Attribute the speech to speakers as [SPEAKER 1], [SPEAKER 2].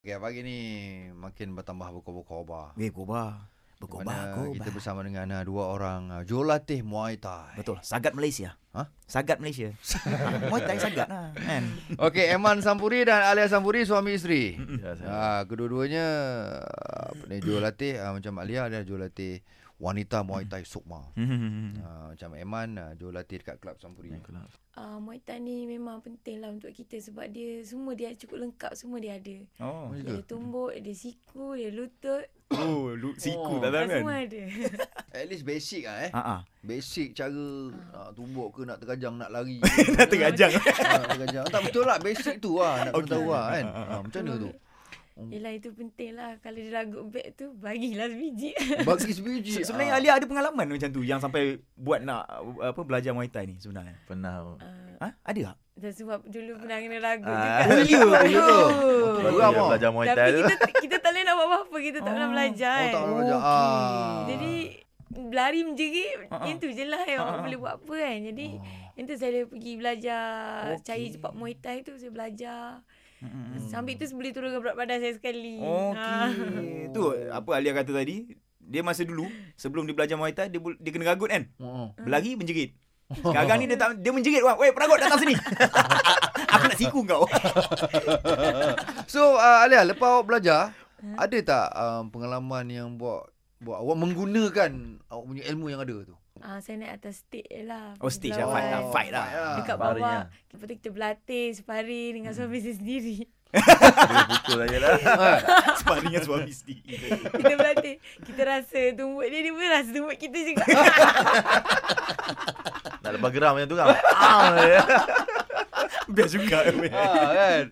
[SPEAKER 1] Okay, pagi ni makin bertambah berkobar-kobar.
[SPEAKER 2] Weh Koba
[SPEAKER 1] Di mana
[SPEAKER 2] Berkobar Koba
[SPEAKER 1] Kita bersama dengan ah, dua orang ah, jurulatih Muay Thai.
[SPEAKER 2] Betul Sagat Malaysia
[SPEAKER 1] Hah?
[SPEAKER 2] Sagat Malaysia ha, Muay Thai sagat lah kan?
[SPEAKER 1] Okey, Eman Sampuri dan Alia Sampuri suami isteri.
[SPEAKER 3] Ya, saya.
[SPEAKER 1] Ah, kedua-duanya ah, apa ni jurulatih ah, macam Alia adalah jurulatih wanita Muay Thai Sukma.
[SPEAKER 3] Mm.
[SPEAKER 1] Ah, macam Eman ah, jurulatih dekat Kelab Sampuri.
[SPEAKER 4] uh, Muay Thai ni memang penting lah untuk kita sebab dia semua dia cukup lengkap semua dia ada.
[SPEAKER 3] Oh.
[SPEAKER 1] Oh,
[SPEAKER 4] Dia ada tumbuk, dia siku, dia lutut,
[SPEAKER 3] Oh, lu,
[SPEAKER 1] Oh.
[SPEAKER 3] siku tak
[SPEAKER 4] dah
[SPEAKER 3] tahu kan?
[SPEAKER 4] semua ada.
[SPEAKER 1] At least basic ah eh.
[SPEAKER 2] Ha ah.
[SPEAKER 1] Basic cara nak tumbuk ke nak terkajang nak lari.
[SPEAKER 3] Dah tergajang.
[SPEAKER 1] Ah, terkajang. Tak betul lah basic tu lah nak kena tahu lah kan. Ah, macam mana tu?
[SPEAKER 4] Yelah itu penting lah Kalau dia lagut beg tu Bagilah sebiji
[SPEAKER 1] Bagi sebiji. ah.
[SPEAKER 2] Se-
[SPEAKER 3] Ah.
[SPEAKER 2] Sebenarnya Alia ada pengalaman macam tu yang sampai buat nak uh, apa belajar Muay Thai ni sebenarnya.
[SPEAKER 3] Pernah.
[SPEAKER 4] uh,
[SPEAKER 2] Ha? Ada tak?
[SPEAKER 4] Dan sebab dulu pernah kena lagut
[SPEAKER 2] Ah,
[SPEAKER 4] juga
[SPEAKER 1] Polia tu. Geram
[SPEAKER 2] lah,
[SPEAKER 3] Geram
[SPEAKER 1] ah.
[SPEAKER 3] Belajar Muay Thai
[SPEAKER 4] Tapi
[SPEAKER 3] tu.
[SPEAKER 4] kita, kita tak boleh nak buat apa-apa Kita tak pernah
[SPEAKER 2] Oh.
[SPEAKER 4] belajar
[SPEAKER 1] Oh,
[SPEAKER 4] kan. Hmm,
[SPEAKER 1] tak pernah belajar. Ah.
[SPEAKER 4] Jadi Berlari menjerit
[SPEAKER 2] Ah, ah.
[SPEAKER 4] Yang tu je lah Yang orang
[SPEAKER 2] Ah, ah.
[SPEAKER 4] boleh buat apa kan Jadi
[SPEAKER 1] Hmm,
[SPEAKER 4] Yang tu saya pergi belajar okay. Cari cepat Muay Thai tu Saya belajar
[SPEAKER 2] Mm-mm.
[SPEAKER 4] Sambil tu boleh turunkan berat badan saya sekali. Ah.
[SPEAKER 2] Okey. Tu apa Alia kata tadi, dia masa dulu sebelum dia belajar Muay Thai dia, bul- dia kena ragut kan?
[SPEAKER 1] Oh.
[SPEAKER 2] Berlari menjerit. Sekarang ni dia tak dia menjerit orang. Weh, peragut datang sini. Aku nak siku kau.
[SPEAKER 1] So uh, Alia lepas awak belajar ada tak um, pengalaman yang buat buat awak menggunakan awak punya ilmu yang ada tu?
[SPEAKER 4] Ah, saya naik atas stage je lah.
[SPEAKER 2] Oh, stage lah, fight lah,
[SPEAKER 4] Berlawan.
[SPEAKER 2] fight lah.
[SPEAKER 4] Dekat
[SPEAKER 3] Sparring
[SPEAKER 4] bawah.
[SPEAKER 3] lah.
[SPEAKER 4] Lepas tu kita berlatih sparring dengan suami saya sendiri.
[SPEAKER 3] Dia pukul saya lah.
[SPEAKER 2] Sparring dengan suami sendiri.
[SPEAKER 4] Kita berlatih. Kita rasa tumbuk dia, dia pun rasa tumbuk kita juga.
[SPEAKER 3] Nak lepas geram macam tu kan? Ah, ya.
[SPEAKER 2] Biar juga weh.
[SPEAKER 1] Ah, kan.